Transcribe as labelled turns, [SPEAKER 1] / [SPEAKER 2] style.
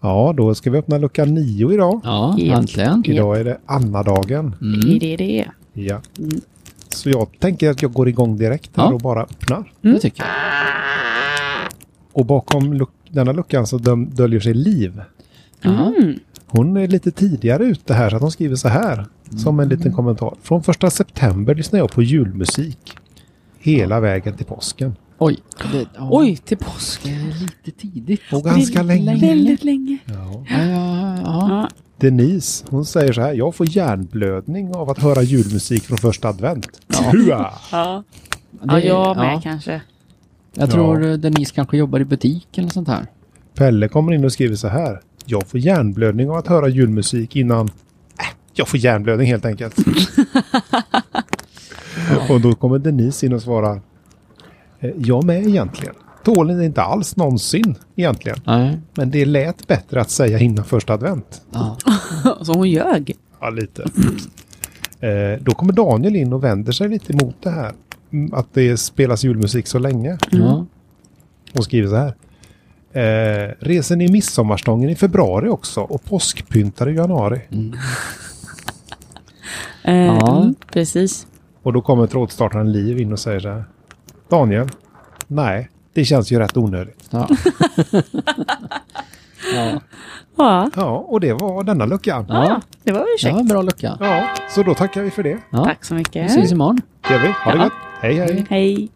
[SPEAKER 1] Ja, då ska vi öppna lucka nio idag.
[SPEAKER 2] Ja, Mm.
[SPEAKER 3] Japp.
[SPEAKER 2] äntligen.
[SPEAKER 3] Japp.
[SPEAKER 1] Idag är det Anna-dagen.
[SPEAKER 3] Det är det det är.
[SPEAKER 1] Ja. Så jag tänker att jag går igång direkt här
[SPEAKER 2] Ja.
[SPEAKER 1] och bara öppnar.
[SPEAKER 2] Det tycker jag.
[SPEAKER 1] Och bakom luck denna luckan så döm- döljer sig Liv.
[SPEAKER 2] Ja.
[SPEAKER 1] Hon är lite tidigare ute här så att hon skriver så här. Som en
[SPEAKER 2] Mm.
[SPEAKER 1] liten kommentar. Från första september lyssnar jag på julmusik. Hela vägen till påsken.
[SPEAKER 2] Oj. Det, ja.
[SPEAKER 3] Oj, till påsk.
[SPEAKER 2] Det är lite tidigt.
[SPEAKER 1] Och ganska
[SPEAKER 2] Väldigt
[SPEAKER 1] länge.
[SPEAKER 3] Väldigt länge.
[SPEAKER 1] Ja.
[SPEAKER 2] Ja, ja, ja.
[SPEAKER 3] Ja.
[SPEAKER 1] Denise, hon säger så här. Jag får hjärnblödning av att höra julmusik från första advent. Tua!
[SPEAKER 3] Ja.
[SPEAKER 2] Det-
[SPEAKER 3] jag med
[SPEAKER 2] ja.
[SPEAKER 3] kanske.
[SPEAKER 2] Jag tror eh, Denise kanske jobbar i butik eller sånt här.
[SPEAKER 1] Pelle kommer in och skriver så här. Jag får hjärnblödning av att höra julmusik innan... Äh, jag får hjärnblödning helt enkelt. och då kommer Denise in och svarar. "Eh, Jag med egentligen. Tål ni inte alls någonsin egentligen.
[SPEAKER 2] Nej.
[SPEAKER 1] Men det lät bättre att säga innan första advent.
[SPEAKER 2] Ja.
[SPEAKER 3] Så hon ljög.
[SPEAKER 1] Ja, lite. Eh, då kommer Daniel in och vänder sig lite emot det här. Mm, Att det spelas julmusik så länge.
[SPEAKER 2] Ja.
[SPEAKER 1] Hon skriver så här. Eh, reser ni midsommarstången i februari också och påskpyntar i januari?
[SPEAKER 3] Eh,
[SPEAKER 2] Ja.
[SPEAKER 3] mm, Precis.
[SPEAKER 1] Och då kommer trådstartaren Liv in och säger så här. Daniel? Nej, det känns ju rätt onödigt.
[SPEAKER 2] Ja. ja.
[SPEAKER 3] Ja,
[SPEAKER 1] Ja, och det var denna luckan. Ja,
[SPEAKER 2] ja.
[SPEAKER 3] det var
[SPEAKER 2] Det
[SPEAKER 3] ursäkt.
[SPEAKER 2] var en bra lucka.
[SPEAKER 1] så då tackar vi för det.
[SPEAKER 2] Ja.
[SPEAKER 3] Tack så mycket.
[SPEAKER 2] Vi ses imorgon.
[SPEAKER 1] Det gör vi. Ha det
[SPEAKER 2] Ja.
[SPEAKER 1] gott. Hej, hej.
[SPEAKER 3] Hej.